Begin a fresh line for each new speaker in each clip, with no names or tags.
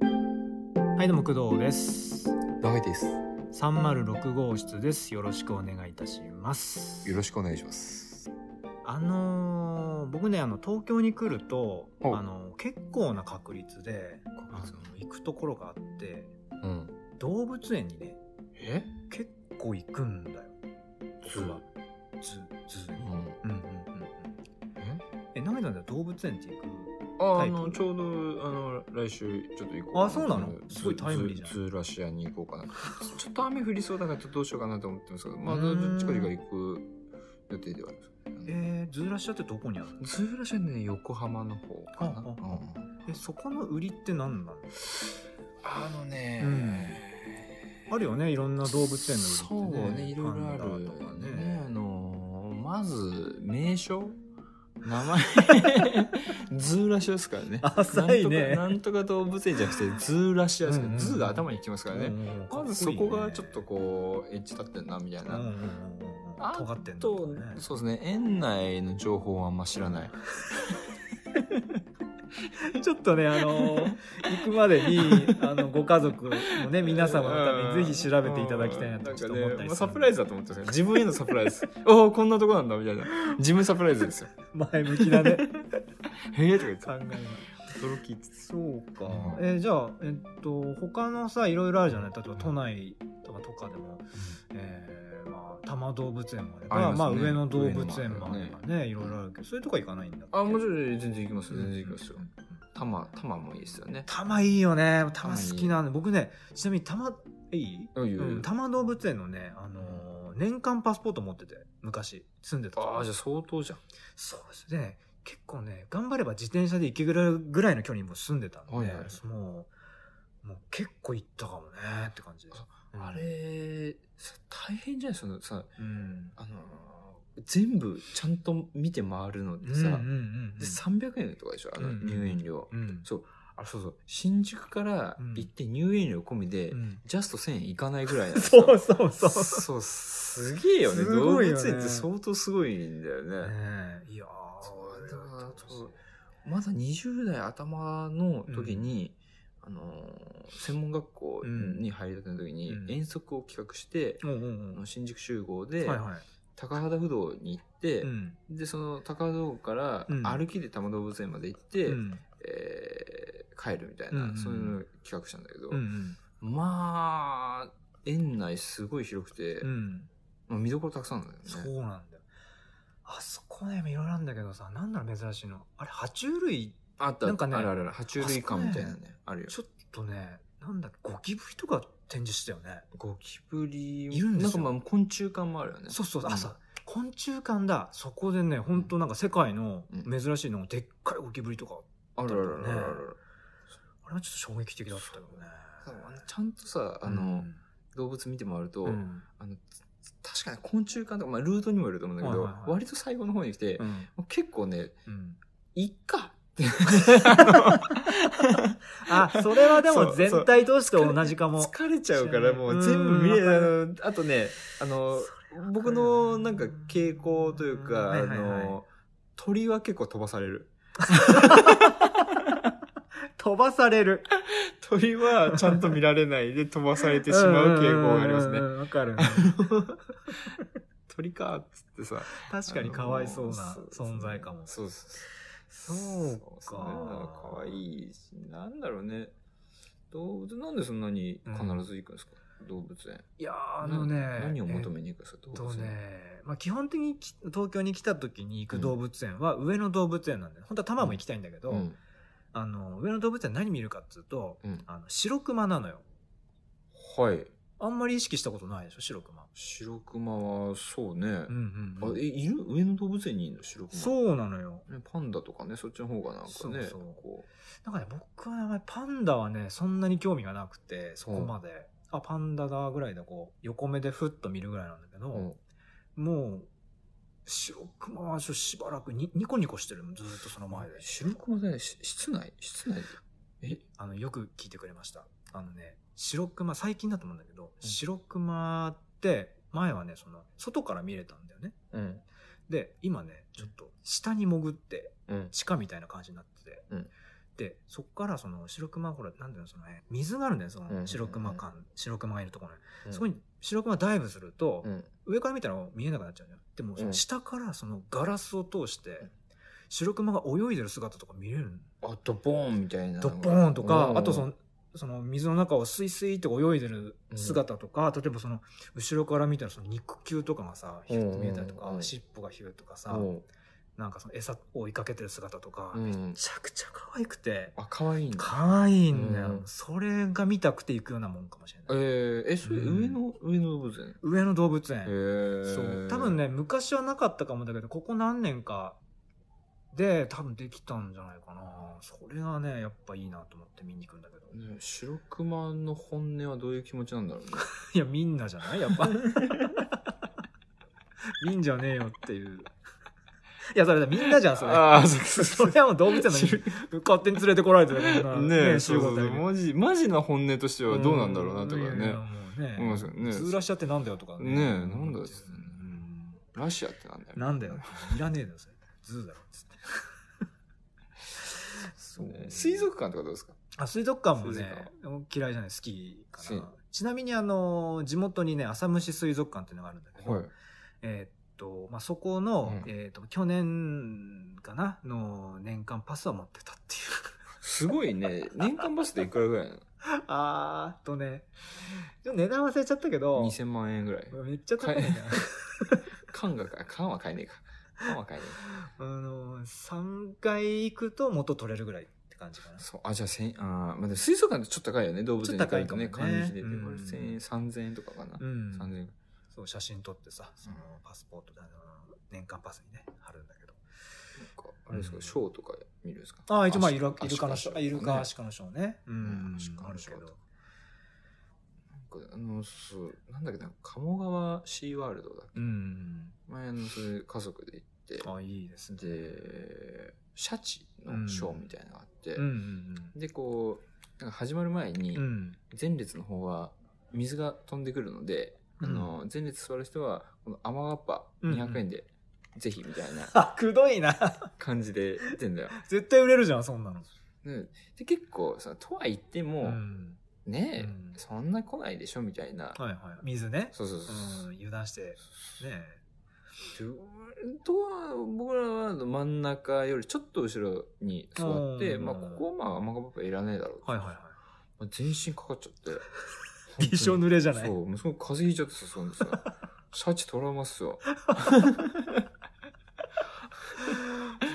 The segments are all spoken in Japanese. はいどうも工藤です
長いです。
306号室ですよろしくお願いいたします
よろしくお願いします。
あのー僕ねあの東京に来るとあ
ほう
の結構な確率で
確率
あの行くところがあって
うん。
動物園にね
え？
結構行くんだよ
ズー
僕はズーズー
う
にう
ん。
んうんうんうん
え？
え長井さんって動物園って行く
あ
タ
あ
イプ
のちょうどあの来週ちょっと行こうか
あそうなの
ズ
すごいタイムリーじゃん
ズズーラシアに行こうかな。ちょっと雨降りそうだからちょっとどうしようかなと思ってますけど、まあ
う
ど
ーん
っちかが行く予定ではあります。
えー、ズーラシアってどこにあるの
ズーラシアね横浜の方かな。
あ
うん
あえそこの売りって何なの
あのね
うんあるよねいろんな動物園の売り
そう
ってね
ねいろいろあ
パン
る
ダとかね
ねあのーまず名称名 前ズーラシアですからね
浅いね
なんとかなんとか動物園じゃなくてズーラシアですから、
うんうんうん
ズーが頭にきますからね、
ね
まずそこがちょっとこうエッジ立ってんなみたい
う
な、
んうんうんうん
あ
尖ってんだ
とそうですね園内の情報はあんま知らない
ちょっとねあの 行くまでにあのご家族のね皆様のためにぜひ調べていただきたいなと
うん
ちょっと思った
なんかね
り
まあ
する
サプライズだと思ってますね自分へのサプライズ おおこんなとこなんだみたいな自分サプライズですよ
前向きだ ね
へえとか言っ
考
て
えが
驚きつつ
そうか
うん
えじゃあえっと他のさいろいろあるじゃない例えば都内とかとかでもえーまあ多摩動物園もあれば
ありますね
まあ上野動物園もあれば
上野もあ
ねいろいろあるけどそういうとこは行かないんだ
あ、もちろん全然行きますよ。全然行きますよ
うんうん。
タマ、タマもいいですよね。
たまいいよねたま好きなんで僕ねちなみにたまいい
うんいいよいいよ
うん、多摩動物園のね、あのー年間パスポート持ってて昔住んでた時
ああ、じゃあ相当じゃん。
そうですね結構ね頑張れば自転車で行けるぐらいの距離にもう住んでたんで、
はいはい
もうもう結構行ったかもねって感じですうん
あれ、さ大変じゃないそのさ、
うん
あのー、全部ちゃんと見て回るのって
うんうん
さ
う、んうん
で、300円とかでしょあ
う
の
んうん
入園料。
うん
そうあ、そうそう。新宿から行って入園料込みで
う、ん
ジャスト1000円いかないぐらいなんです
そ
よ
うそう そう
そう。すげえよね。
す
動
ご
物
い
園
よね
って相当すごいんだよね。
ねえいやー
そう
れ
だから
楽しい
そうまだ20代頭の時に、あのー専門学校に入りたての時に
うん
遠足を企画して、
うんう
あ
ん
の新宿集合
う
で
んはいは
高畑不動に行って、
いうん
でその高畑不動から
うん
歩きで多摩動物園まで行って、
うん
えー帰るみたいな、
うんうん
そういうのを企画したんだけど、
うんうん
まあ園内すごい広くて、
うん
まあ、見どころたくさんなんだよね。
そうなんだよ。あそこね、いろいろなんだけどさ、なんだろう珍しいの。あれ、爬虫類、
あった
なんかね
あるあるある爬虫類館みたいなねあるよ
ちょっとね、なんだっけ、ゴキブリとか展示してたよね。
ゴキブリ
いるんですよ
なんかまあ昆虫館もあるよね
そうそう、
う
あ、
ん
さ、昆虫館だ。そこでね、ほんとなんか世界の
う
珍しいの、でっかいゴキブリとか、
あるあるあるあるある
あれはちょっと衝撃的だったけどね。
あのちゃんとさあの、動物見て回ると、
うん、うん
あの確かに昆虫館とか、まあ、ルートにもよると思うんだけど、
はいはいはい
割と最後の方に来て、
うん
もう結構ね
うん
「いっか」って
あ、それはで
そう
も
そう
全体通して同じかも。
疲れちゃうからもう
うん
全部見れ
わか
るあのあとねあの僕のなんか傾向というか、
はいはいはい
あの鳥は結構飛ばされる
飛ばされる。
鳥はちゃんと見られないで飛ばされてしまう傾向が ありますね
うんうんうんわかる。
鳥かっつってさ
確かにかわいそうな存在かも。
そうそうそう
そうか
そうかわいいしなんだろうね動物なんでそんなに必ず行くんですか、動物園
いやーあのね、
な何を求
え
めに行くんですか動
っ
物
と
園、
ね、まあ、基本的にき東京に来た時に行く動物園は上野動物園なんだよ。本当は多摩も行きたいんだけど、
うん
あの、上野動物園何見るかっつうと、
うん
あの、白熊なのよ。
はい
あんまり意識したことないでしょ、白熊。
白熊はそうね、
うんうんうん
あえいる上野動物園にいるの白熊う、
そうなのよ。
ね、パンダとかねそっちの方がなんかね
そうそう
こ
だからね、僕はあんまりパンダはね、そんなに興味がなくて、そこまで。あ、パンダだぐらいでこう、横目でふっと見るぐらいなんだけど、
う、うん
もう、白熊はちょしばらくにニコニコしてるの、ずーっとその前で。
白熊で、ね、し室内室内でえ
あの、よく聞いてくれました。あのね、白熊、最近だと思うんだけど、白熊って、前はね、その、外から見れたんだよね。
うん
で、今ね、ちょっと、下に潜って、
うん
地下みたいな感じになってて、
うん
って、そこからその白熊、ほら、なんていうの、そのね、水があるんだよ、そ
うんうんう
の
ん
白熊館、白熊がいるところね。
うん
そこに白熊ダイブすると
う、ん
上から見たら見えなくなっちゃうじゃん。でも、その下からそのガラスを通して
うん、
白熊が泳いでる姿とか見れるの
あドボーンみたいな
ドッポーンとか、
うん
あとその、その水の中をスイスイって泳いでる姿とか、例えばその、後ろから見たらその肉球とかがさ、ヒュッと見えたりとか
う、んうん
尻尾がヒュッとかさ、
おう
なんかその餌を追いかけてる姿とか、
うん
めちゃくちゃ可愛くて、
あ可愛いんだ
可愛いんだよ、
うん
それが見たくて行くようなもんかもしれ
え
ない。
ー、えそれ
うん
上の、上の動物園
上野動物
へ
園。
ー
そう。多分ね、昔はなかったかもだけど、ここ何年かで多分できたんじゃないかな。それがね、やっぱいいなと思って見に行くんだけど。
ね白熊の本音はどういう気持ちなんだろう ね
いや、みんなじゃないやっぱ。 みんじゃねえよっていう。いや、それだ、みんなじゃん、それ。
あそうそう
それはもう動物園なのに勝手に連れてこられてるからな。
ねえ、
集
そうそ
合
う
体
そう
で
マジ、マジな本音としてはどうなんだろうなとか
んいやい
ね
や。もうね
思いますよね。
通らしちゃってなんだよとか
ねえなんだよ
うん
ラシアってなんだよ。
なんだよ。いらねえだよ、それ。ズーだろ、つって。そう
ね水族館とかどうですか
あ、水族館も
水
ね
族、
嫌いじゃない、好きかな
好。
ちなみに、あの、地元にね、浅虫水族館っていうのがあるんだけど、
はい。
えーっと、まあ、そこの、
うん
えーっと、去年かなの年間パスを持ってたってい
すごいね。年間バスでいくらぐらいな
う。あーっとね、ちょっと値段忘れちゃったけど
の、?2000 万円ぐらい。
めっちゃ高いんだよね。
缶が、缶は買えねえか。缶は買えねえ
あの、3回行くと元取れるぐらいって感じかな
か。。 そう。あ、じゃあ千あーまあ、でも水族館ってちょっと高いよね。動物園に比べて
ちょっと
管
高いかもね
理費で。
うん
これ1000円、3000円とかかな。
うん。
3000円。
そう、写真撮ってさ、そのパスポートで、あの、年間パスにね、貼るんだけど。
なんかあれですか、ショーとか見るんですか
ああ、一応まあ、イル
アシ
カのショー、あイルカ、アシカのショーね。う
うん
ん
アシカ、
あ
の
る
シ
け
ョー
ど。
なんかあの、そう、なんだっけな、鴨川シーワールドだっけ
うん。
前のそれ家族で行っ
あ、いいですね。
て、で、シャチのショーみたいなのがあって、
うんうん
で、こう、なんか始まる前に
うん。う、ん。
前列の方は水が飛んでくるので、
うん
あの、前列座る人は、この甘がっぱ200円で、ぜひみたいな
あ、くどいな。
感じで言ってん だよ。
絶対売れるじゃん、そんなの。
でで結構さ、とは言っても、
ん。
ね
う
え、
ん
そんな来ないでしょみたいな。
はいはい。水ね。
そうそうそううそ
ん。油断して。ね
う。と僕らは真ん中よりちょっと後ろに座って、
うん
まあ、ここはまあ、甘がパパいらねえだろうと
はいはいは
まあ全身かかっちゃって。
い。びしょ濡れじゃ
本
な
当に
い。
そう、息子が風邪ひいちゃってさ、そんで さ、シャチ取られますよ。
そ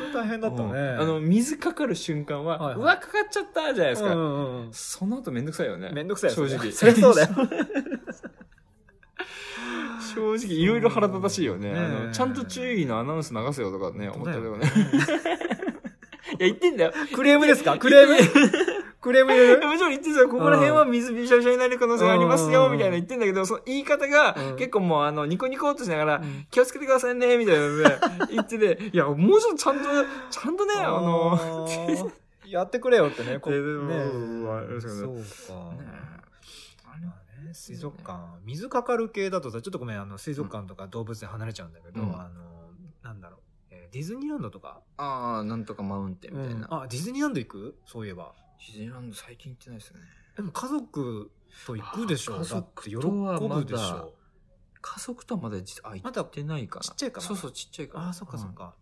れ大変だった
うん
ね。
あの、水かかる瞬間は、
はいはいう
わ、かかっちゃったじゃないですか。
うんうんうん
その後めんどくさいよね。
めんどくさいよ
正
それそり
直。
ゃそうだよ
正直、いろいろ腹立たしいよね。
ねえ
あの、ちゃんと注意のアナウンス流せよとかね、思ったけどね。
本当だよ
いや、言ってんだよ。
クレームですかクレームクレーム入れ る
もちろん言ってんですよ。ここら辺は水びしゃびしゃになる可能性があります
う
よ、
ん
みたいな言ってんだけど、その言い方が
うん
結構もうあの、ニコニコっとしながら、気をつけてくださいね、みたいな ので、言ってて、いや、もうちょっとちゃんと、ちゃんとね、あの、
の、やってくれよってね。こ
で
ね
でもうんあれですけ
そ
ど
うか。まあね水族館、水かかる系だとさ、ちょっとごめん、あの、水族館とか動物園離れちゃうんだけど、
うん
あの、なんだろう、えーディズニーランドとか、
ああ、なんとかマウンテンみたいな。
あ、ディズニーランド行くそういえば。
ディズニーランド最近行ってないですね。
でも家族と行くでしょ
あ
だ
家
って喜
族とは
ぶでし
まだ
ょ
家族とはまだ実は、あ、行ってないかな。
ちっちゃいかな
そうそう、ちっちゃいか
あ
ら。
あ、そっかそっか。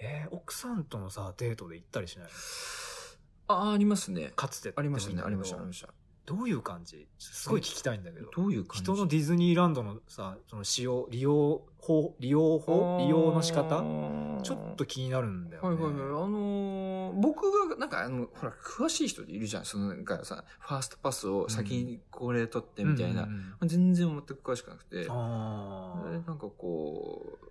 えー奥さんとのさ、デートで行ったりしない
うん。ああ、ありますね。
かつてって
あ
もいい
り
ん
ま
だ
し
けど
たね、ありました、ありました。
どういう感じすごい聞きたいんだけど。
どういう感じ
人のディズニーランドのさ、その使用、利用法、利用法利用の仕方ちょっと気になるんだよね。
はいはいはい。あのー僕が、なんか、あの、ほら、詳しい人いるじゃん。その、なんかさ、ファーストパスを先にこれ取ってみたいな。
うんう
ま
んうん
あ全然全く詳しくなくて。で
あ
なんかこう、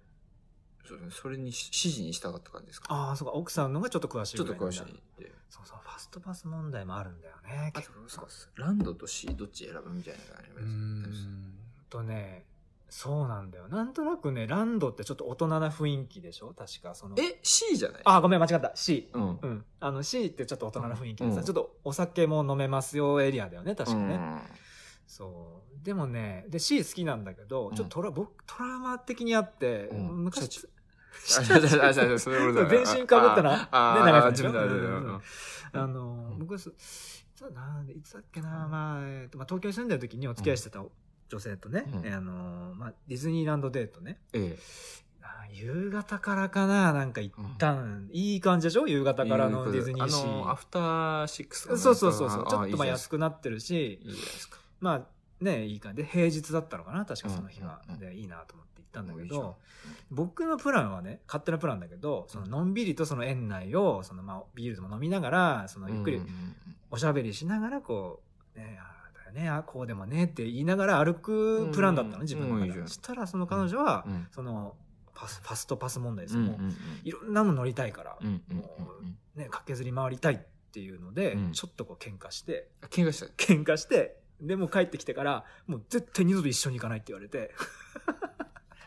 そうですねそれにし指示に従った感じです
あ
か。
ああ、そうか、奥さんのがちょっと詳しい
ちょ
ぐ
っ
ら
と
いなんだ
詳しいって。
そうそう、ファストパス問題もあるんだよね。
あと、そうですランドと C どっち選ぶみたいなのがあり
うー
ます。
んとね、そうなんだよ。なんとなくね、ランドってちょっと大人な雰囲気でしょ確か、その。
え、C じゃない
あ、ごめん、間違った。C。
うん。うん。
うん。あの、C ってちょっと大人な雰囲気でさ、
うん
ちょっとお酒も飲めますよエリアだよね、確かね。
うん
そう。でもね、で、C 好きなんだけど、
うん
ちょっとトラ、僕、トラウマ的にあって、
うんシャ
昔
チ、 あ、じゃじゃじゃそういうことだ
全身かぶったな。
あ
ね
あ、あ
長い人
自分だ、
でしょ
自
うん
分
うんう
だ
ん。あの、
うん
僕す、いつだなんでいつだっけな、まあ、えっとまあ、東京に住んでる時にお付き合いしてた女性とね、
うん
えーあの、まあ、ディズニーランドデートね。
え
あー夕方からかな、なんか一旦、いい感じでしょ夕
え。
方からのディズニーシ
あの、ア
ー。
フターシックスかな
そうそうそうそう。ちょっとまあ
いい
安くなってるし、
じゃないですか。
まあね、いい感じで、平日だったのかな、確かその日は
うんうん。うん
で、いいなと思って行ったんだけ
いいじゃんうん
ど、僕のプランはね、勝手なプランだけど、そののんびりとその園内を、そのまあビールでも飲みながら、そのゆっくり
うんうんうん
おしゃべりしながら、こう、ね、ああだよね、ああこうでもねって言いながら歩くプランだったのね、
うん
自分の中
うんい
で
いじゃ
は。
ん
したらその彼女は
う、ん。
そのパス、ファストパス問題で
う
す
んう
よ
ん
もういろんなの乗りたいから
うん。う、んうんうん。
ね、駆けずり回りたいっていうので
う、ん
ちょっとこう喧嘩して、
あ喧嘩した。
喧嘩して、でもう帰ってきてから、もう絶対二度と一緒に行かないって言われ て、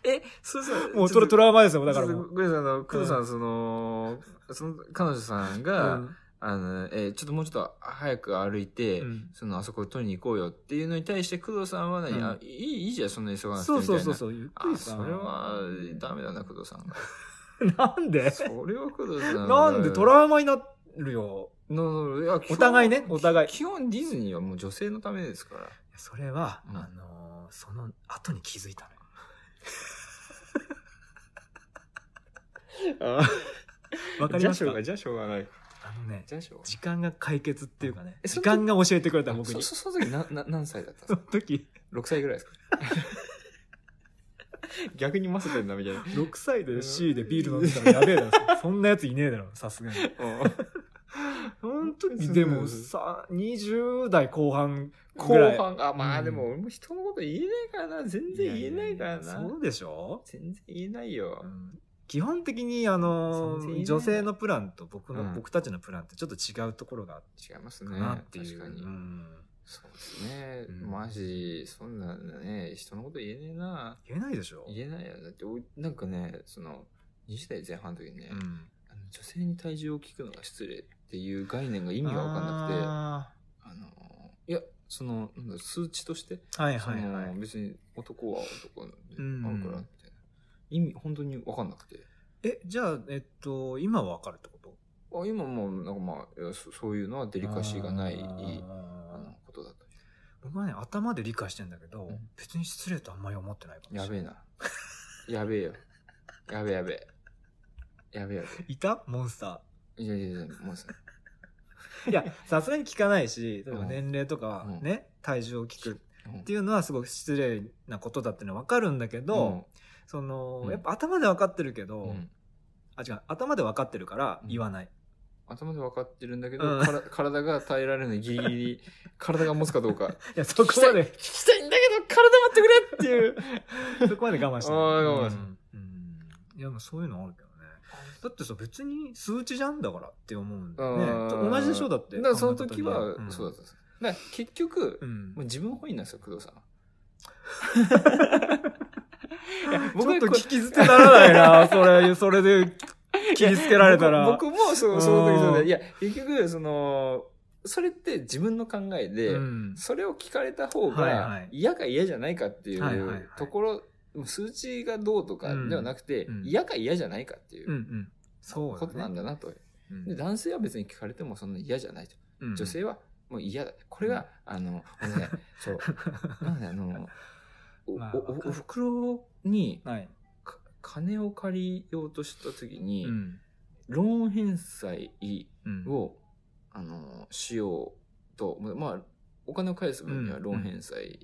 え、そうそう。
もうトラトラウマですよ、だから
ちょ
も
っ
う
と。ごめんなさい、あの、工藤さん、その、その、彼女さん
う
が、
ん
あの、えーちょっともうちょっと早く歩いて、
うん
その、あそこ取りに行こうよっていうのに対して、工藤さんは何、
うん
あいい、いいじゃん、そんな急がなくて
そ
み
う
たいな。
そうそう
う。
そう、ゆっく
あ、
りさ。
それは、ダメだな、工藤さ んが。
なんで
それは工藤さん
な
が。
んでトラウマになるよ。
ののいや基本
お互いねお互い
基本ディズニーはもう女性のためですから。
それは、
うん
あのーその後に気づいたのよ。わかりました
じゃあょうがじゃあしょうがない。
あのね、
じゃあしょうがない
時間が解決っていうかね、
えそ
時
の時
間が教えてくれた、僕
そ
に。そ
そその時なな何歳だったん です
の
か
時、
?6 歳ぐらいですか逆にませてんだみたいな。
6歳で C でビール飲んでたらやべえだろ。そんなやついねえだろ、さすがに。本当に、でもさ、20代後半
後
ぐらい。
半、あ、ま
う
あ
ん
でも俺も人のこと言えないからな。全然言えないから
や
な。
ややそうでしょ、
全然言えないよ
う。ん基本的に、あの
全然い
ー
いね
女性のプランと僕の、
うん
僕たちのプランってちょっと違うところがあって
違います
か
ね。
なっていう。
確かに。
うん
そうですね。
うん
マジ、そんなね、人のこと言えねえな。
言えないでしょ
言えないよ。だって、おなんかね、その、20代前半の時にね、
うん
あの女性に体重を聞くのが失礼っていう概念が意味がわかんなくて、あの、いや、その、なんだ数値として、
くて。はいはいは
そ
い。
の別に男は男なんで、
うん
あるからみたいな。意味、本当にわかんなくて。
え、じゃあ、えっと、今はわかるってこと
あ今もう、なんかまあいやそ、そういうのはデリカシーがない、
あー
あの、ことだと。
僕はね、頭で理解してんだけど、
うん
別に失礼とあんまり思ってないかもしれな
や
い。
べえな。やべえよ。やべえやべえ。やべえやべ
いたモンスタ
え。いやいやいや、もうさ、
ー。いや、さすがに聞かないし、例えば
うん
年齢とか
うん
ね、体重を聞く
うん
っていうのはすごく失礼なことだってのはわかるんだけど、その
う、ん
やっぱ頭でわかってるけど、
うんうん
あ、違う、頭でわかってるから言わない。
頭で分かってるんだけど、
うん
から体が耐えられないギリギリ、体が持つかどうか。
いや、そこま で
聞、きたいんだけど、体持ってくれっていう。
そこまで我慢して
あー我慢
う
し
んうんいや、もうそういうのあるけどね。だってさ、別に数値じゃんだからって思うんだよね。
うん
同じでしょだって。
だからその時は
う、ん
そうだったんです。だから結局、
うん
もう。自分本位なんですよ、工藤さんは。
ちょっと
こう
聞き捨てならないな、それ、それで切りつけられたら。
僕僕もそうその時そう
う
で。
ん
いや、結局、その、それって自分の考えで、
うん
それを聞かれた方
はい
が
はい
嫌か嫌じゃないかってい
はいはいはいう
ところ、数値がどうとかではなくて
うんう、ん
嫌か嫌じゃないかってい
うんう。
うん
そう
こと
だ
なん
ね。
だなと。
うん
で、男性は別に聞かれてもそんな嫌じゃないと。
うん
女性はもう嫌だ。これが、あの、俺ね、 そう、なんであの、お、
まあ
お
わか、る
お袋に
はい。
か金を借りようとした時に、
うん。
ローン返済
うん
を、あの、しようと、ままあ、お金を返す分にはローン返済、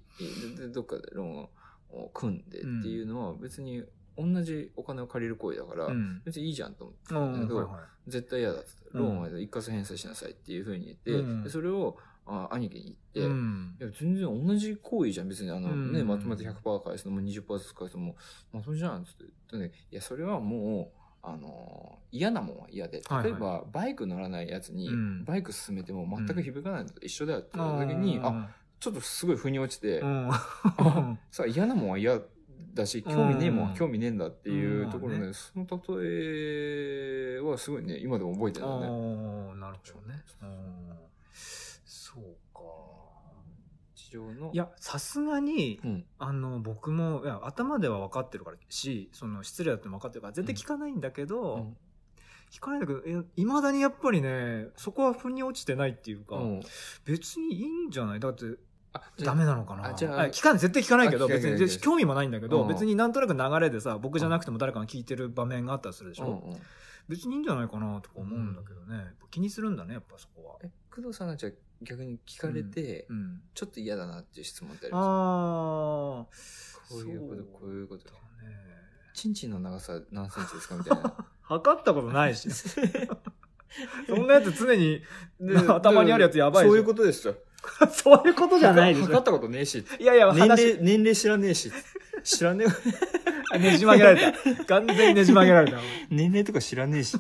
ででどっかでローンを組んでっていうのは別に同じお金を借りる行為だから、
うん。
別にいいじゃんと思って
う
たんだ
ん
けど、
はいは
絶対嫌だっつって、
うん
ローンは一括返済しなさいっていうふうに言って、
うん
でそれをあ兄貴に
い
言って、
うん
いや、全然同じ行為じゃん。別に、あの、
うん
ね、まとめて100%返すのも20%ずつ返すのも、まとめじゃん。つって言ってね。いや、それはもう、あのー嫌なもんは嫌で。
はいはい
例えば、バイク乗らないやつに
うん、
バイク進めても全く響かないのと一緒だよって
う
言った時に、あ、
ん、
ちょっとすごい腑に落ち て、
うん。
あさあ嫌なもんは嫌だし、興味ねえもん
う
は
ん
興味ねえんだっていうところ
うん
で、
まあ
その例えはすごいね、今でも覚えてるんだよね。
おーなるほどね。うんそうか。
非上の。
い、や、さすがに、
うん。
あの、僕も、いや、頭では分かってるからし、その、失礼だっても分かってるから、絶対聞かないんだけど、
うん
聞かないんだけど、いまだにやっぱりね、そこは腑に落ちてないっていうか、
うん
別にいいんじゃないだって、
あ、
ダメなのかな
あじゃあ
あ聞かない、絶対聞かないけ
あ
ど、
聞かない
別に、
聞かない
で興味もないんだけど、
うん
別になんとなく流れでさ、僕じゃなくても誰かが聞いてる場面があったりするでし
う
ょ、
んうん。
別にいいんじゃないかなとか思うんだけどね。やっぱ気にするんだね、やっぱそこは。
え、工藤さんがじゃあ逆に聞かれて、
うん。
ちょっと嫌だなっていう質問ってありま
ああ、
すこういうこと、こういうこと
だ。ね。
チンチンの長さ何センチですかみたい な。
測ったことないし。 そんなやつ常に
で
頭にあるやつやばいじゃん
そういうことですよ。
そういうことじゃないでし
測っ
ょ。
たことねえし。
いやいや、
年
話、
齢、年齢知らねえし。知らね え。
ねじ曲げられた。 完全にねじ曲げられた。
年齢とか知らねえし。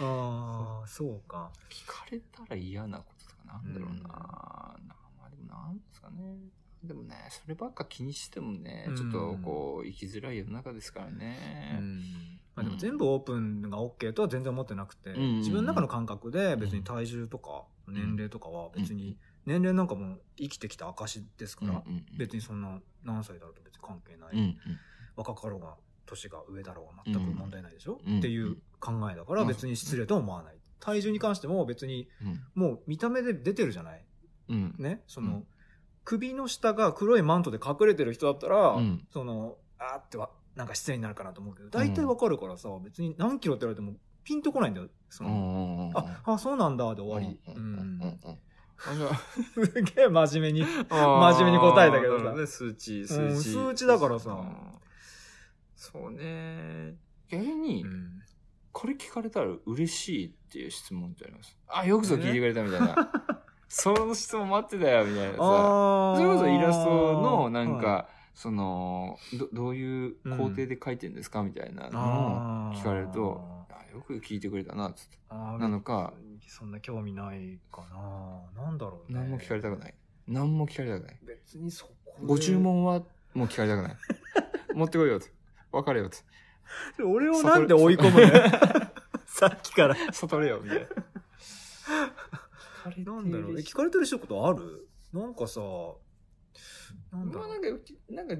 ああ、そうか。
聞かれたら嫌なこととかなんだろうな、なまあでもなんですかねでもねそればっか気にしてもね、
うん
ちょっとこう生きづらい世の中ですからね、
まあ、でも全部オープンが OK とは全然思ってなくて、
うん
自分の中の感覚で別に体重とか年齢とかは別に、年齢なんかもう生きてきた証です
う
か
んう
ら、
ん
別にそんな何歳だろうと別に関係ない、
うんうん
若かろうが年が上だろうが全く問題ないでしょ、
うん
っていう考えだから
うん
別に失礼とは思わない、体重に関しても別にもう見た目で出てるじゃない
うんうん
ねそうの、
ん
首の下が黒いマントで隠れてる人だったら、
うん
そのあーってはなんか失礼になるかなと思うけど大体わかるからさ、別に何キロって言われてもピンとこないんだよその、
うん
ああそうなんだで終わり、
う
うんん
うんうんうん
すげえ真面目に
あー
真面目に答えたけどさ
なるほね、数値数値、
うん数値だからさ
うんそうね逆に、
うん
これ聞かれたら嬉しいっていう質問ってあります。あ、よくぞ聞いてくれたみたいな。 その質問待ってたよみたいなさ。
あ
それこそイラストのなんか、
は
そのど、どういう工程で書いてんですかみたいないのを、
あー
聞かれるとあよく聞いてくれたな、つって。
あー
なのか、
そんな興味ないかななんだろうね
何も聞かれたくない。何も聞かれたくない。
別にそこで
ご注文はもう聞かれたく ない。持ってこいよ、つって。分かれよ、つって。
俺をなんで追い込む のよさっきから
悟れよ、みたい な。
なんだろうえ聞かれてる人ことあるなんかさ、なんだ
まあ
ろう
な
ん
かうち、なんか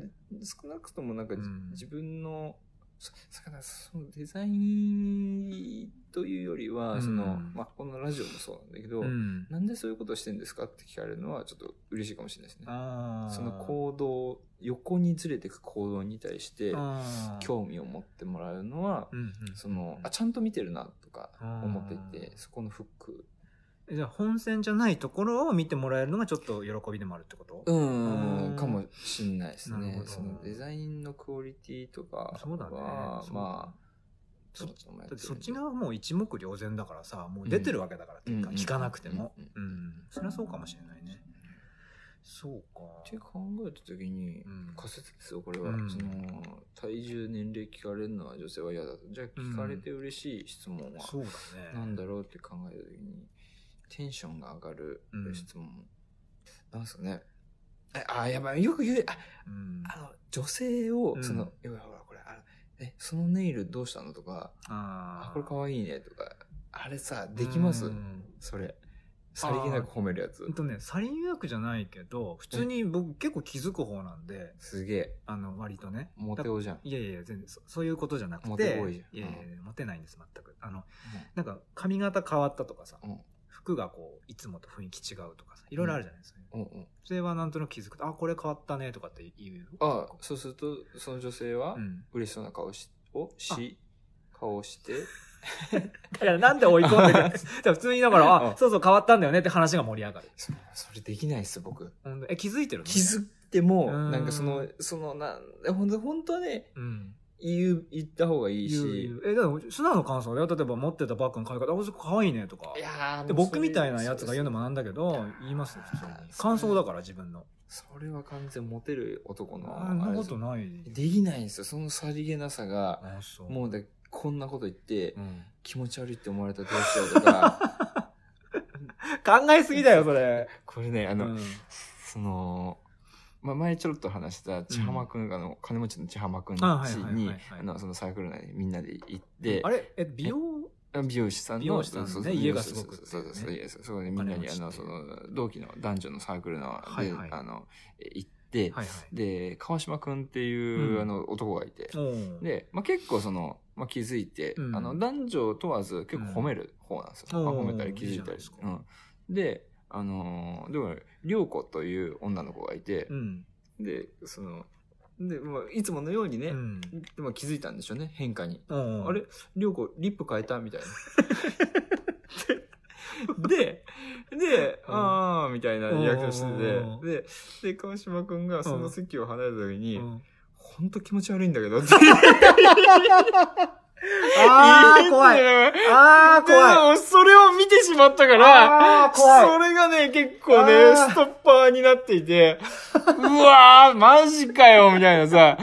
少なくともなんか、じ
うん
自分の、そそれからそのデザインというよりは、
うん
その、まあこのラジオもそうなんだけど、
うん
なんでそういうことをしてんですかって聞かれるのはちょっと嬉しいかもしれないですね。
あー
その行動、横にずれていく行動に対して
あー
興味を持ってもらうのは、
うんうん
その、あ、ちゃんと見てるなとか思ってて、そこのフック。
じゃあ本線じゃないところを見てもらえるのがちょっと喜びでもあるってこと、
う
う
ーん、
ん
かもしんないです
なる
ね
ほ。ど
そのデザインのクオリティとかは、
そうだねそうだ
まあ、
そ
ちょともや
だ
て
っ
る
てそっち側はもう一目瞭然だからさもう出てるわけだからっていうか、
うん
聞かなくても、
うん
うんそりゃそうかもしれないねそうか
って考えた時に、
うん
仮説ですよこれは、
うん
その体重年齢聞かれるのは女性は嫌だとじゃあ聞かれて嬉しい質問は
そうだね
何だろうって考えた時にテンションが上がる
うん
質問、なんですかねえあやばいよく言うあ
うん
あの女性を
うん
その、いやほらこれあのえそのネイルどうしたのとかあ
あ
これか
わ
わいいねとかあれさできますそれさりげなく褒めるやつ
うんとね、さりげなくじゃないけど、普通に僕結構気づく方なんで、
すげえ
あの、割とね。
モテ
だ
男じゃん
いやいや、全然そ、そういうことじゃなくて。
モテボーイじゃん
いやいやいや、モテないんです、全く。あの、なんか髪型変わったとかさ、
うん
服がこう、いつもと雰囲気違うとかさ、いろいろあるじゃないですか。
うんうんうん
それはなんとなく気づくと、あ、これ変わったねとかって言う。
あそうするとその女性は
うん。
嬉しそうな顔しをし顔をして
だからなんで追い 込んでるだから普通にだから、
う
あ、
ん
そうそう変わったんだよねって話が盛り上がる。
そそれできないっす僕
ほんとえ、気づいてるの
気づいても
うん
なんかそのそのなんほんと本当はね
うん。
言う言った方がいいし
言う言うえ、だから素直な感想だよ。例えば持ってたバッグの買い方、あ、それ可愛いねとか。
いやー
で
もう
僕
それ
みたいなやつが言うのもなんだけ
そ
ど
うです
言いますよ普通に
あー
感想だから自分の
それは完全にモテる男の
あんな
あれ
こ
です
とない
できないんですよそのさりげなさが
あそう
もうだこんなこと言って
うん
気持ち悪いって思われたらどうしようとか
考えすぎだよそれ
これねあの、
うん
その、まあ、前ちょろっと話した千浜くんが、あの金持ちの千浜くんち
あはいはいはい
に
はい
あのそのサークル内でみんなで行って
あれえ美容
美容師さんの
美容師さんのね
そうそう
家がすごくって
そうそうそう
ね
いやそうそうねみんなに
お
あ
金持
の
ち
そ
って
の同期の男女のサークルの、
はいはい
であのえ行って、
はいはい。
で川島くんっていう、
うん
あの男がいて、
おう
で、まあ、結構その、まあ、気づいて、
うん
あの男女問わず結構褒める方なんですよ、
うん
まあ
おー
褒めたり気づいた
いい
り
じゃ
う
ない
ん、であのーでも涼子という女の子がいて
う、ん。
でそので、まあ、いつものようにね、
うん。
でも気づいたんでしょうね変化に。
おう
あれりょうこ、リップ変えたみ たいな。で、で、
うん
あー、みたいなリアクション
うん
してて、で、で、川島くんがその席を離れた時
う
に、
ん
ほんと気持ち悪いんだけどって。
あー、怖い。
い。
あー、怖い。
い。それを見てしまったから、
あー、怖い。
それがね、結構
あ
ね、
ー
ストッパーになっていて、うわー、マジかよ、みたいな さ。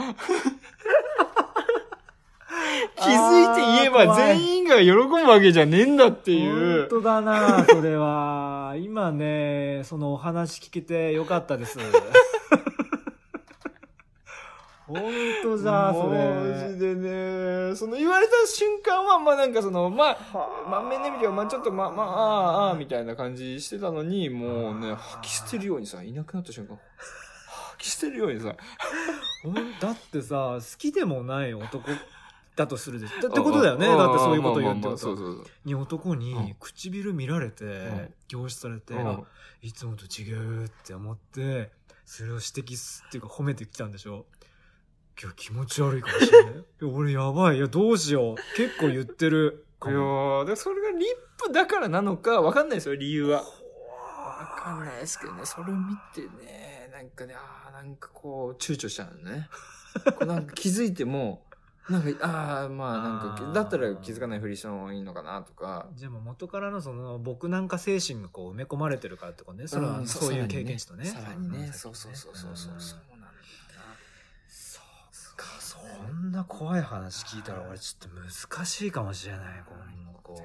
気づいて言え
あー
ば
怖い
全員が喜ぶわけじゃねえんだっていう。
本当だなそれは 今ねそのお話聞けてよかった です本当じゃそ
マジ
れ
でね、その言われた瞬間は、まあなんかその、まあ、まあ、面で見ては、まあちょっと、まあまあ、ああ、ああ、みたいな感じしてたのに、もうね、吐き捨てるようにさ、いなくなった瞬間、吐き捨てるようにさ、
ほんだってさ好きでもない男だとするでし ょだってことだよねだってそういうこと言うってこ
そう
と
そう
に男
うん
に唇見られて、
ん
凝視されて、
そう。
あいつもと違うって思ってそれを指摘すっていうか褒めてきたんでしょ今日気持ち悪いかもしれないい や俺やばいいやどうしよう結構言ってる
いやーでそれがリップだからなのか、わかんないですよ、理由は。わ
怖
かんないですけどね、それを見てね、なんかね、ああ、なんかこう、躊躇しちゃうのね。こうなんか気づいても、なんか、ああ、まあなん
あ
か、
ー
だったら気づかないふりした方がいいのかなとか。
いじゃあもう元からのその僕なんか精神がこう埋め込まれてるからってことねそれは
ん
そういう経験値とね
さらにね、
さ
そ
っ
う
き
そう
のね
そうそうそう、そうなんだよ
そうかそんな怖い話聞いたら俺ちょっと難しいかもしれない今後
な。基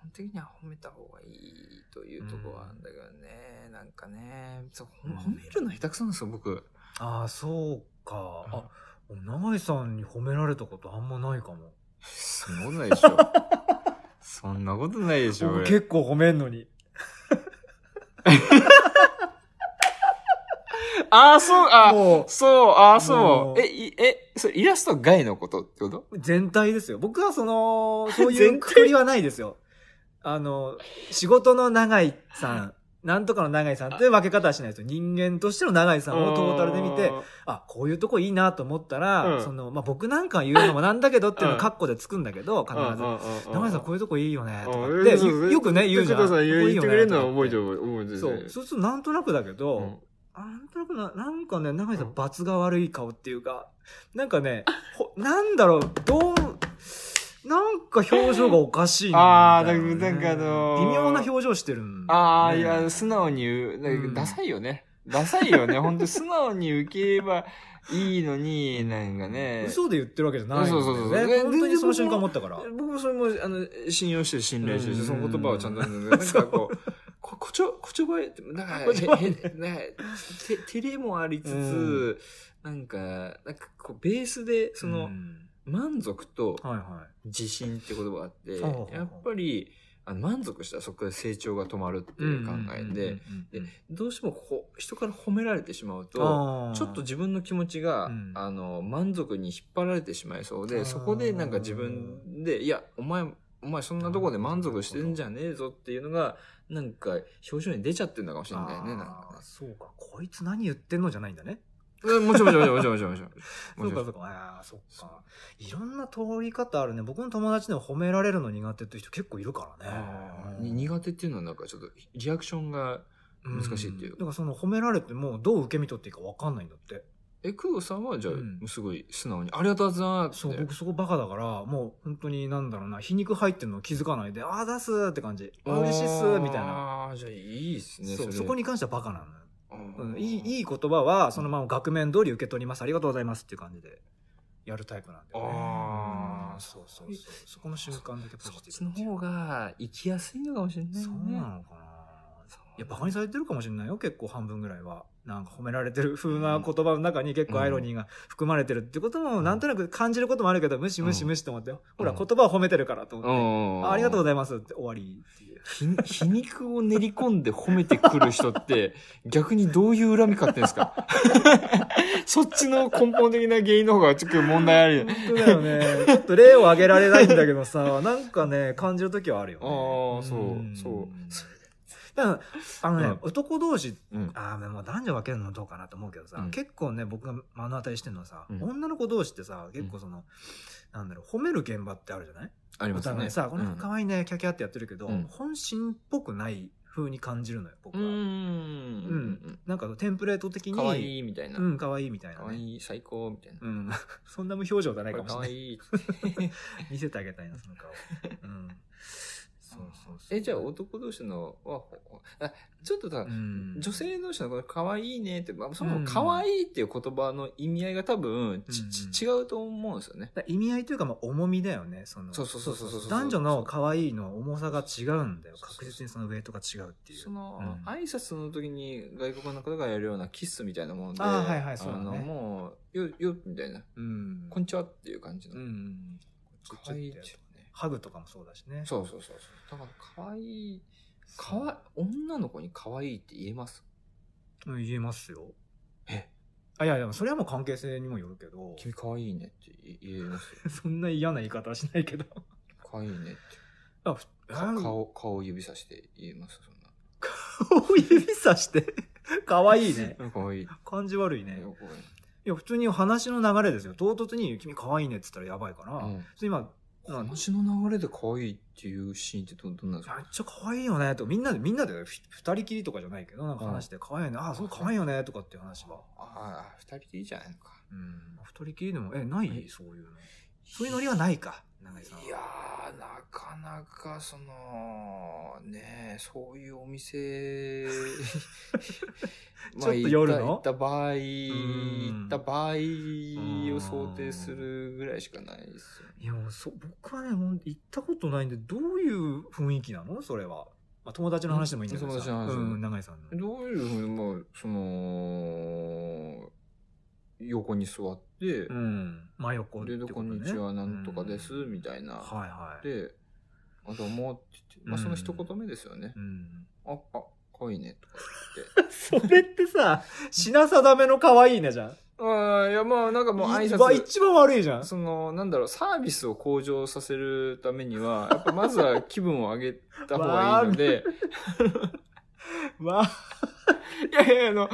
本的には褒めた方がいいというところはあるんだけどね、なんかね、そうほん
うん
褒めるの下手くそなんですよ、僕。
ああそうかあ永井さんに褒められたことあんまないかも
そんなことないでしょ。そんなことないでしょ、
僕
俺
結構褒めんのに
ああ、そう、ああ、
も
そう、ああ、
も
そうう。え、いえ、それイラスト外のことってこと
う全体ですよ僕はそ のそうい
全
うく
体
くりはないですよあの仕事の永井さ んなんとかの永井さんって分け方はしないですよ人間としての永井さんをトータルで見て、あ、こういうとこいいなと思ったら、
うん
その、まあ、僕なんか言うのもなんだけどっていうの
う
を
ん
カッコでつくんだけど、必ず。
ず
長井さんこういうとこいいよね、とか
うん
って、
そうそう
よよくね、言うじゃん。
工藤さん言う
ここいい
言っ
よ
て
ね
くれるのは覚えて
とか
る、覚えて
っ
る。
てそう。そうするとなんとなくだけど、
うん
あなんとなくな、なんかね、長井さん罰が悪い顔っていうか、なんかね、ほなんだろう、どう、なんか表情がおかしいんだよね
あーなんかなんかあのー
微妙な表情してるんだよね
ああ、いや、素直に言う。なん
うん
かダサいよね。ダサいよ ね。ほんと素直に受ければいいのに、なんかね。
嘘で言ってるわけじゃないんだよね。
そうそうそうそう
本当にその瞬間思ったから。
僕もそれも、あの、信用してる、信頼してる
う
し、
ん
その言葉をちゃんと、なん かこう、こ、こちょ、こちょばえ、なん か、
こちょばえ
へへなんか、て、照れもありつつ、なんか、なんか、こう、ベースで、そ
う、
の
ん
満足と
はいは
自信って言葉があって、
ほうほう
やっぱり、あの満足したらそこで成長が止まるって
い。
いう考えで、
うん、
どうしてもこう人から褒められてしまうと、
あー
ちょっと自分の気持ちが、
うん
あの満足に引っ張られてしまいそう
あ
で
ー
そこでなんか自分で「いやお前お前そんなとこで満足してんじゃねえぞ」っていうのがなんか表情に出ちゃってるのかもしれないよねなんか
あーそうかこいつ何言ってんのじゃないんだね
ねもちろんもちろんもちろんも ちろんもちろ
そ
んも
う
ち
か
ろ
そうんかああそっかいろんな通り方あるね僕の友達でも褒められるの苦手っていう人結構いるから
あ
ね
ーに苦手っていうのはなんかちょっとリアクションが難しいっていうん
だからその褒められてもどう受け身取っていいか分かんないんだって
え工藤さんはじゃあ、
うん
すごい素直に「ありがとうございます」
そ
っ
う
て
僕そこバカだからもう本当になんだろうな皮肉入ってるの気づかないで「ああ出す」って感じ「あー嬉しいっす」みたいな
なあーじゃあいいですね
そう
れ
そこに関してはバカなのよ
あ
う
ー
んいいいい言葉はそのまま額面通り受け取りますありがとうございますっていう感じでやるタイプなんで、ね、
あー
うんそうそうそうそこの瞬間だけポ
そっ
ジテ
ち
ィ
の
ブっていう
方が行きやすいのかもしれないね。
そうなのかな
そ
いや、バカにされてるかもしれないよ、結構半分ぐらいは。なんか褒められてる風な言葉の中に結構アイロニーが含まれてるってことも、
うん
なんとなく感じることもあるけど、無視無視無視と思って、ほら、
うん
言葉を褒めてるからと
う
思って、
ん
あありがとうござ
ざい
いますって終わりっていう。
ます。皮肉を練り込んで褒めてくる人って、 逆にどういう恨み買ってんですか そっちの根本的な原因の方がちょっと問題あるよ
本。当だよね。ちょっと例を挙げられないんだけど さ、なんかね、感じる時はあるよね。
ああ、そ
ん
う、そう。
だからあのね、
うん
男同士
うん。
あーでも男女分けるのもどうかなと思うけどさ、
うん
結構ね僕が目の当たりしてるのはさ、
うん
女の子同士ってさ結構その、なんだろう褒める現場ってあるじゃない
あり
お
ます
互
ね。
いさ「この
う
子
ん
可愛いねキャキャ」ってやってるけど、
うん
本心っぽくない風に感じるのよ僕
う
は、
んうん。
なんかテンプレート的に
かわいいみたいな。
うん、可愛いみたい
か
な、
わ
ね
いい、最高みたいな。
うん そんな無表情じゃない
こ
かもしれ
れか
な
わ
い
いい。
見せてあげたいなその顔、うん、そうそうそう
え、じゃあ男同士のは、ほほあちょっとさ
う、ん
女性同士のこの可愛いねって、まあ、そもそも可愛いっていう言葉の意味合いが多分ち、
うん
ち違うと思うんですよね。
だから意味合いというかまあ重みだよねその
そうそうそうそうそう
男女の可愛いの重さが違うんだよ
そうそうそう
確実にそのウェイトが違うっていう
その、
うん
挨拶の時に外国の方がやるようなキスみたいなもので、
あーはいはいそうだ
あ
ね
の、もう、よ、よ、みたいな、
うん
こんにちはっていう感じの。
うん
可愛いっていうね。
ハグとかもそうだしね
そうそうそうそう。だから可愛い、かわい、女の子に可愛いって言えます
うん言えますよ
え
あいやいやそれはもう関係性にもよるけど
君可愛いねって言言えますよ
そんな嫌な言い方はしないけど
可愛いねって。
あふ
か
あ
顔、顔を指さして言えますそんな。
顔指さして 可愛いね
可 愛いって
感じ悪い
ね
ねいや普通に話の流れですよ唐突に「君可愛いね」っつったらやばいから、
うん
普通に今なんか
話の流れで可愛いっていうシーンってどどんなんです
めっ
か
ちゃ可愛いよねとかみんなでみんなでふ二人きりとかじゃないけどなんか話して可愛いよね、ああそう可愛いよねとかっていう話は、
ああ、二人でいいじゃないのか。
うん、二人きりでもえない、
はい
そういうのそういうノリはないか永井さんはい
やー、なかなかその、ねえそういうお店、
ちょっと夜の
行った行った場合、
ん
行った場合を想定するぐらいしかないですよね。
いやもうそ僕はねほんと行ったことないんでどういう雰囲気なのそれは、まあ、友達の話でもいいんだけどさ、
うん友達の話
うん、永井さんの
どういうふうに、まあ、その、横に座って、
うん真横って
で、
こ
ど
と
こ
ね
んにちは、なんとかです、
うん
みたいな。
はいはい
で、あ、どうもって言って、まあ、その一言目ですよね
う。ん、
あ、あ、かわいいね、とか
それって さ品定めの可愛いねじゃん
言 って。ああ、いや、まあ、なんかもう挨
一番
拶。
一番悪いじゃん
その、なんだろう、サービスを向上させるため には、やっぱまずは気分を上げた方がいいので、
わあ
い やいや、あの、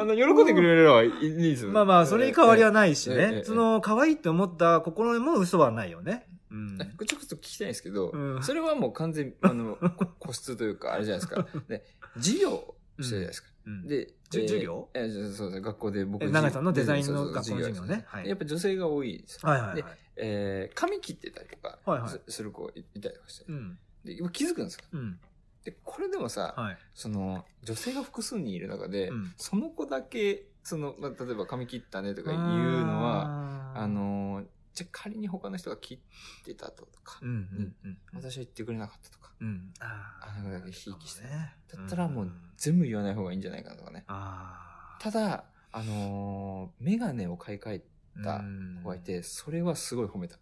あの、喜んでくれればいいですよね
まあまあ、それに変わりはないし
えええ
ね
え。
その、可愛いって思った心にも嘘はないよね。うん。
えこれちょっと聞きたいんですけど、
うん
それはもう完全に、あの、こ個室というか、あれじゃないです か。で、授業してるじゃないですか。
うん
で、
じゅ
えー
授業
えーじゃそうです。学校で僕
え長井さんのデザインの
そうそ
学
う
校の授業ね
そう
はい
やっぱ女性が多いです。
はいはい
で
はい。
えー髪切ってたりとか
はいはい
すする子いいたりとかして
う。ん。
で、今気づくんですよ。
うん。
で、これでもさ、
はい。
その、女性が複数人いる中で、
うん
その子だけ、その、まあ、例えば髪切ったねとか言うのは、
は
あ、のー、じゃあ仮に他の人が切ってたとか
う、んうんうん。
私は言ってくれなかったとか、
うん。あ
あのだけひいきして
ね
だったらもうん全部言わない方がいいんじゃないかなとかね。
あ
ただ、あのー、メガネを買い替え
あ。
た
うん
子がい。て、それはすごい褒めた。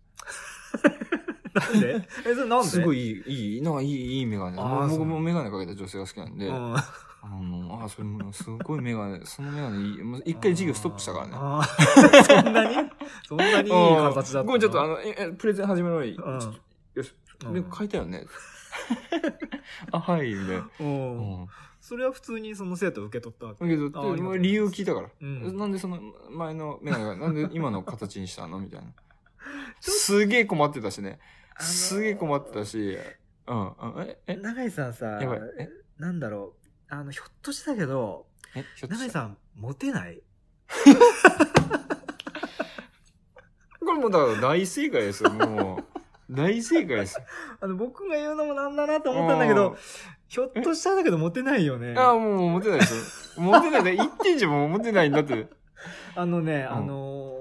なんでえ、それなんです
ご
い。
いいい、いい、なんかいい、いいメガネ。
あー
僕
そ
も
う
メガネかけた女性が好きなんで、
うん
あの、あ、それも、すごいメガネ、そのメガネいい、もう一回授業ストップしたからね。
あー そんなにそんなにいい形だった
ごめん、ちょっとあの、え、えプレゼン始めるのに、ち
う
ょ
ん
っとよし、
うん
メガネ変えた よね。あ、はい、みたいな。
の
う
うん。
ん。
それは普通にその生徒受け取ったわけ。
だけど、
あありがとうございます
理由を聞いたから。
うん
なんでその前のメガネが、なんで今の形にしたのみたい な。すげえ困ってたしね。すげえ困ってたし、うん、うんえ、え、
永井さんさ
やばい。え、
なんだろう。あの、ひょっとしたけど、
え、ひょっと
永井
したら
さん、モテない
これもうだから大正 解ですよ、もう。大正解です。
あの、僕が言うのもなんだなと思ったんだけど、ひょっとしたんだけどモテないよね。
ああ、もうもうモテないですよ。モテないで、一点じゃもうモテないんだ って。
あのね、
うん
あのー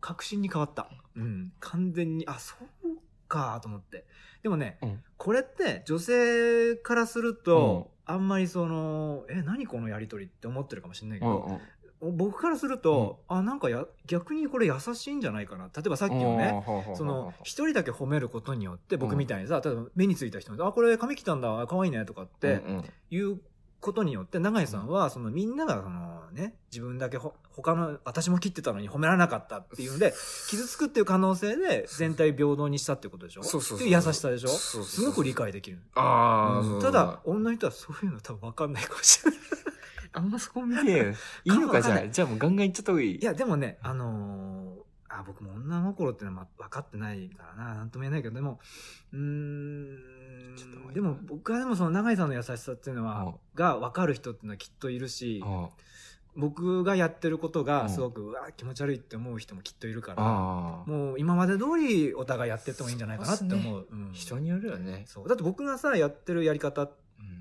確信に変わった。うん。完全に、あ、そうかと思って。でもね、
うん
これって女性からすると、あんまりその、え、何このやりとりって思ってるかもしれないけ
うん
ど、
うん
僕からすると、あ、なんかや、逆にこれ優しいんじゃないかな。例えばさっきのね、
ね
その、一人だけ褒めることによって、僕みたいにさ、例えば目についた人に、あ、これ髪切ったんだ、可愛いね、とかって、いうことによって、永井さんは、そのみんなが、そのね、自分だけほ、他の、私も切ってたのに褒められなかったっていうので、傷つくっていう可能性で、全体平等にしたってことでしょ
そうそうそう
ってい優しさでしょ
そうそうそう
すごく理解できる。
ああ、
うん
そう
ただ、女の人はそういうの多分分かんないかもしれない。
あんまそこ見て、いいのかじ
わかんな
ゃあ、
い
じゃあもうガンガンいっちゃった方がいい。
いや、でもね、あのーあ、僕も女心ってのはま分かってないからな、なんとも言えないけど、でも、うーん
ちょっと待っ、て
でも僕はでもその永井さんの優しさっていうの
うん
は、が分かる人っていうのはきっといるし
う、ん、あ
僕がやってること
うん
がすごく、うわ気持ち悪いって思う人もきっといるから、
あ。
もう今まで通りお互いやってってもいいんじゃないかなって思。
そう
うん
人によるよね。
そうだって僕がさ、やってるやり方、
うん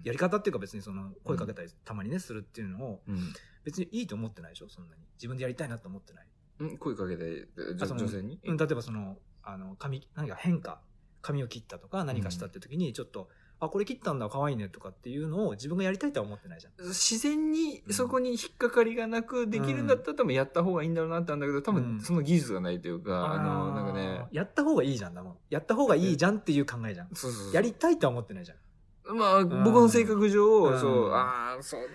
やり方っていうか別にその声かけたりたまにね、するっていうのを、
うん
別にいいと思ってないでしょそんなに。自分でやりたいなと思ってない。
うん。声かけて、じょ
あその
女性に
うん例えばその、あの、髪、何か変化、髪を切ったとか何かしたって時に、ちょっと、あ、これ切ったんだ、可愛いねとかっていうのを自分がやりたいとは思ってないじゃん。
自然にそこに引っかかりがなくできるんだったら多分やった方がいいんだろうなってなんだけど、多
う
分
ん
その技術がないというか、あの、なんか
あ
ね
ー、やった方がいいじゃん、だもん。やった方がいいじゃんっていう考えじゃん。
そうそうそう
やりたいとは思ってないじゃん。
まあ、僕の性格上、
うん
そうう、
ん
ああ、そうね。
ね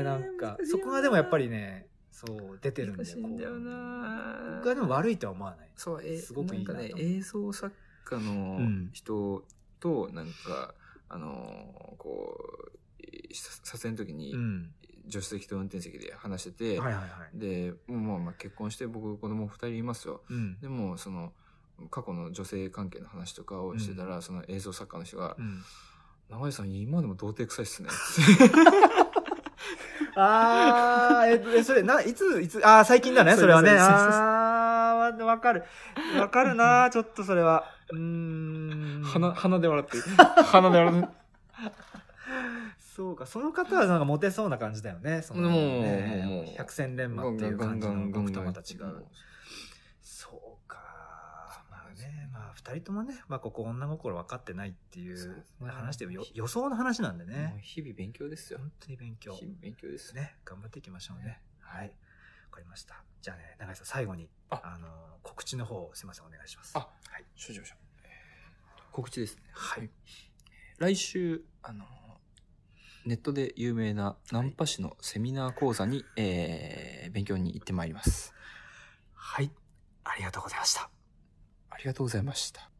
え、なんか、そこがでもやっぱりね、そう、出てるん
難
で
しいんだよ
こう
な。
僕はでも悪いとは思わない。
そう、え、
すごくいいな
なん
と
か
思
ね
う、
映像作家の
うん
人と、なんか、あのー、こう、えーさ撮影の時に
う、ん。
助手席と運転席で話してて、
はいはいはい。
で、もうまあ結婚して僕子供二人いますよ。
うん。
でも、その、過去の女性関係の話とかをしてたら、その映像作家の人が
う、ん
長井さん今でも童貞臭いっすね。
あー、えっと、えそれ、な、いつ、いつ、あー、最近だね、それはね。
そうですそうです
あー、わわかる。わかるなー、ちょっとそれは。うーん。
鼻、鼻で笑ってる。鼻で笑ってる。
そうか、その方はなんかモテそうな感じだよね。その
もう
ね
もうもう
百戦錬磨っていう感じの僕とはまた違う。そうか。まあね、まあ二人ともね、まあここ女心分かってないってい
そうで
う
すね
話でよ予想の話なんで
もう
ね。
日々勉強ですよ。
本当に勉強。
日々勉強ですね。
ね、頑張っていきましょうね。はい。わかりました。じゃあね、永井さん最後に、
あ
あのー、告知の方をすいません、お願いします。
あはい、少々少々えー告知ですね。
はい。
来週、あの、ネットで有名なナンパ師のセミナー講座に、えー勉強に行ってまいります。
はい。ありがとうございました。
ありがとうございました。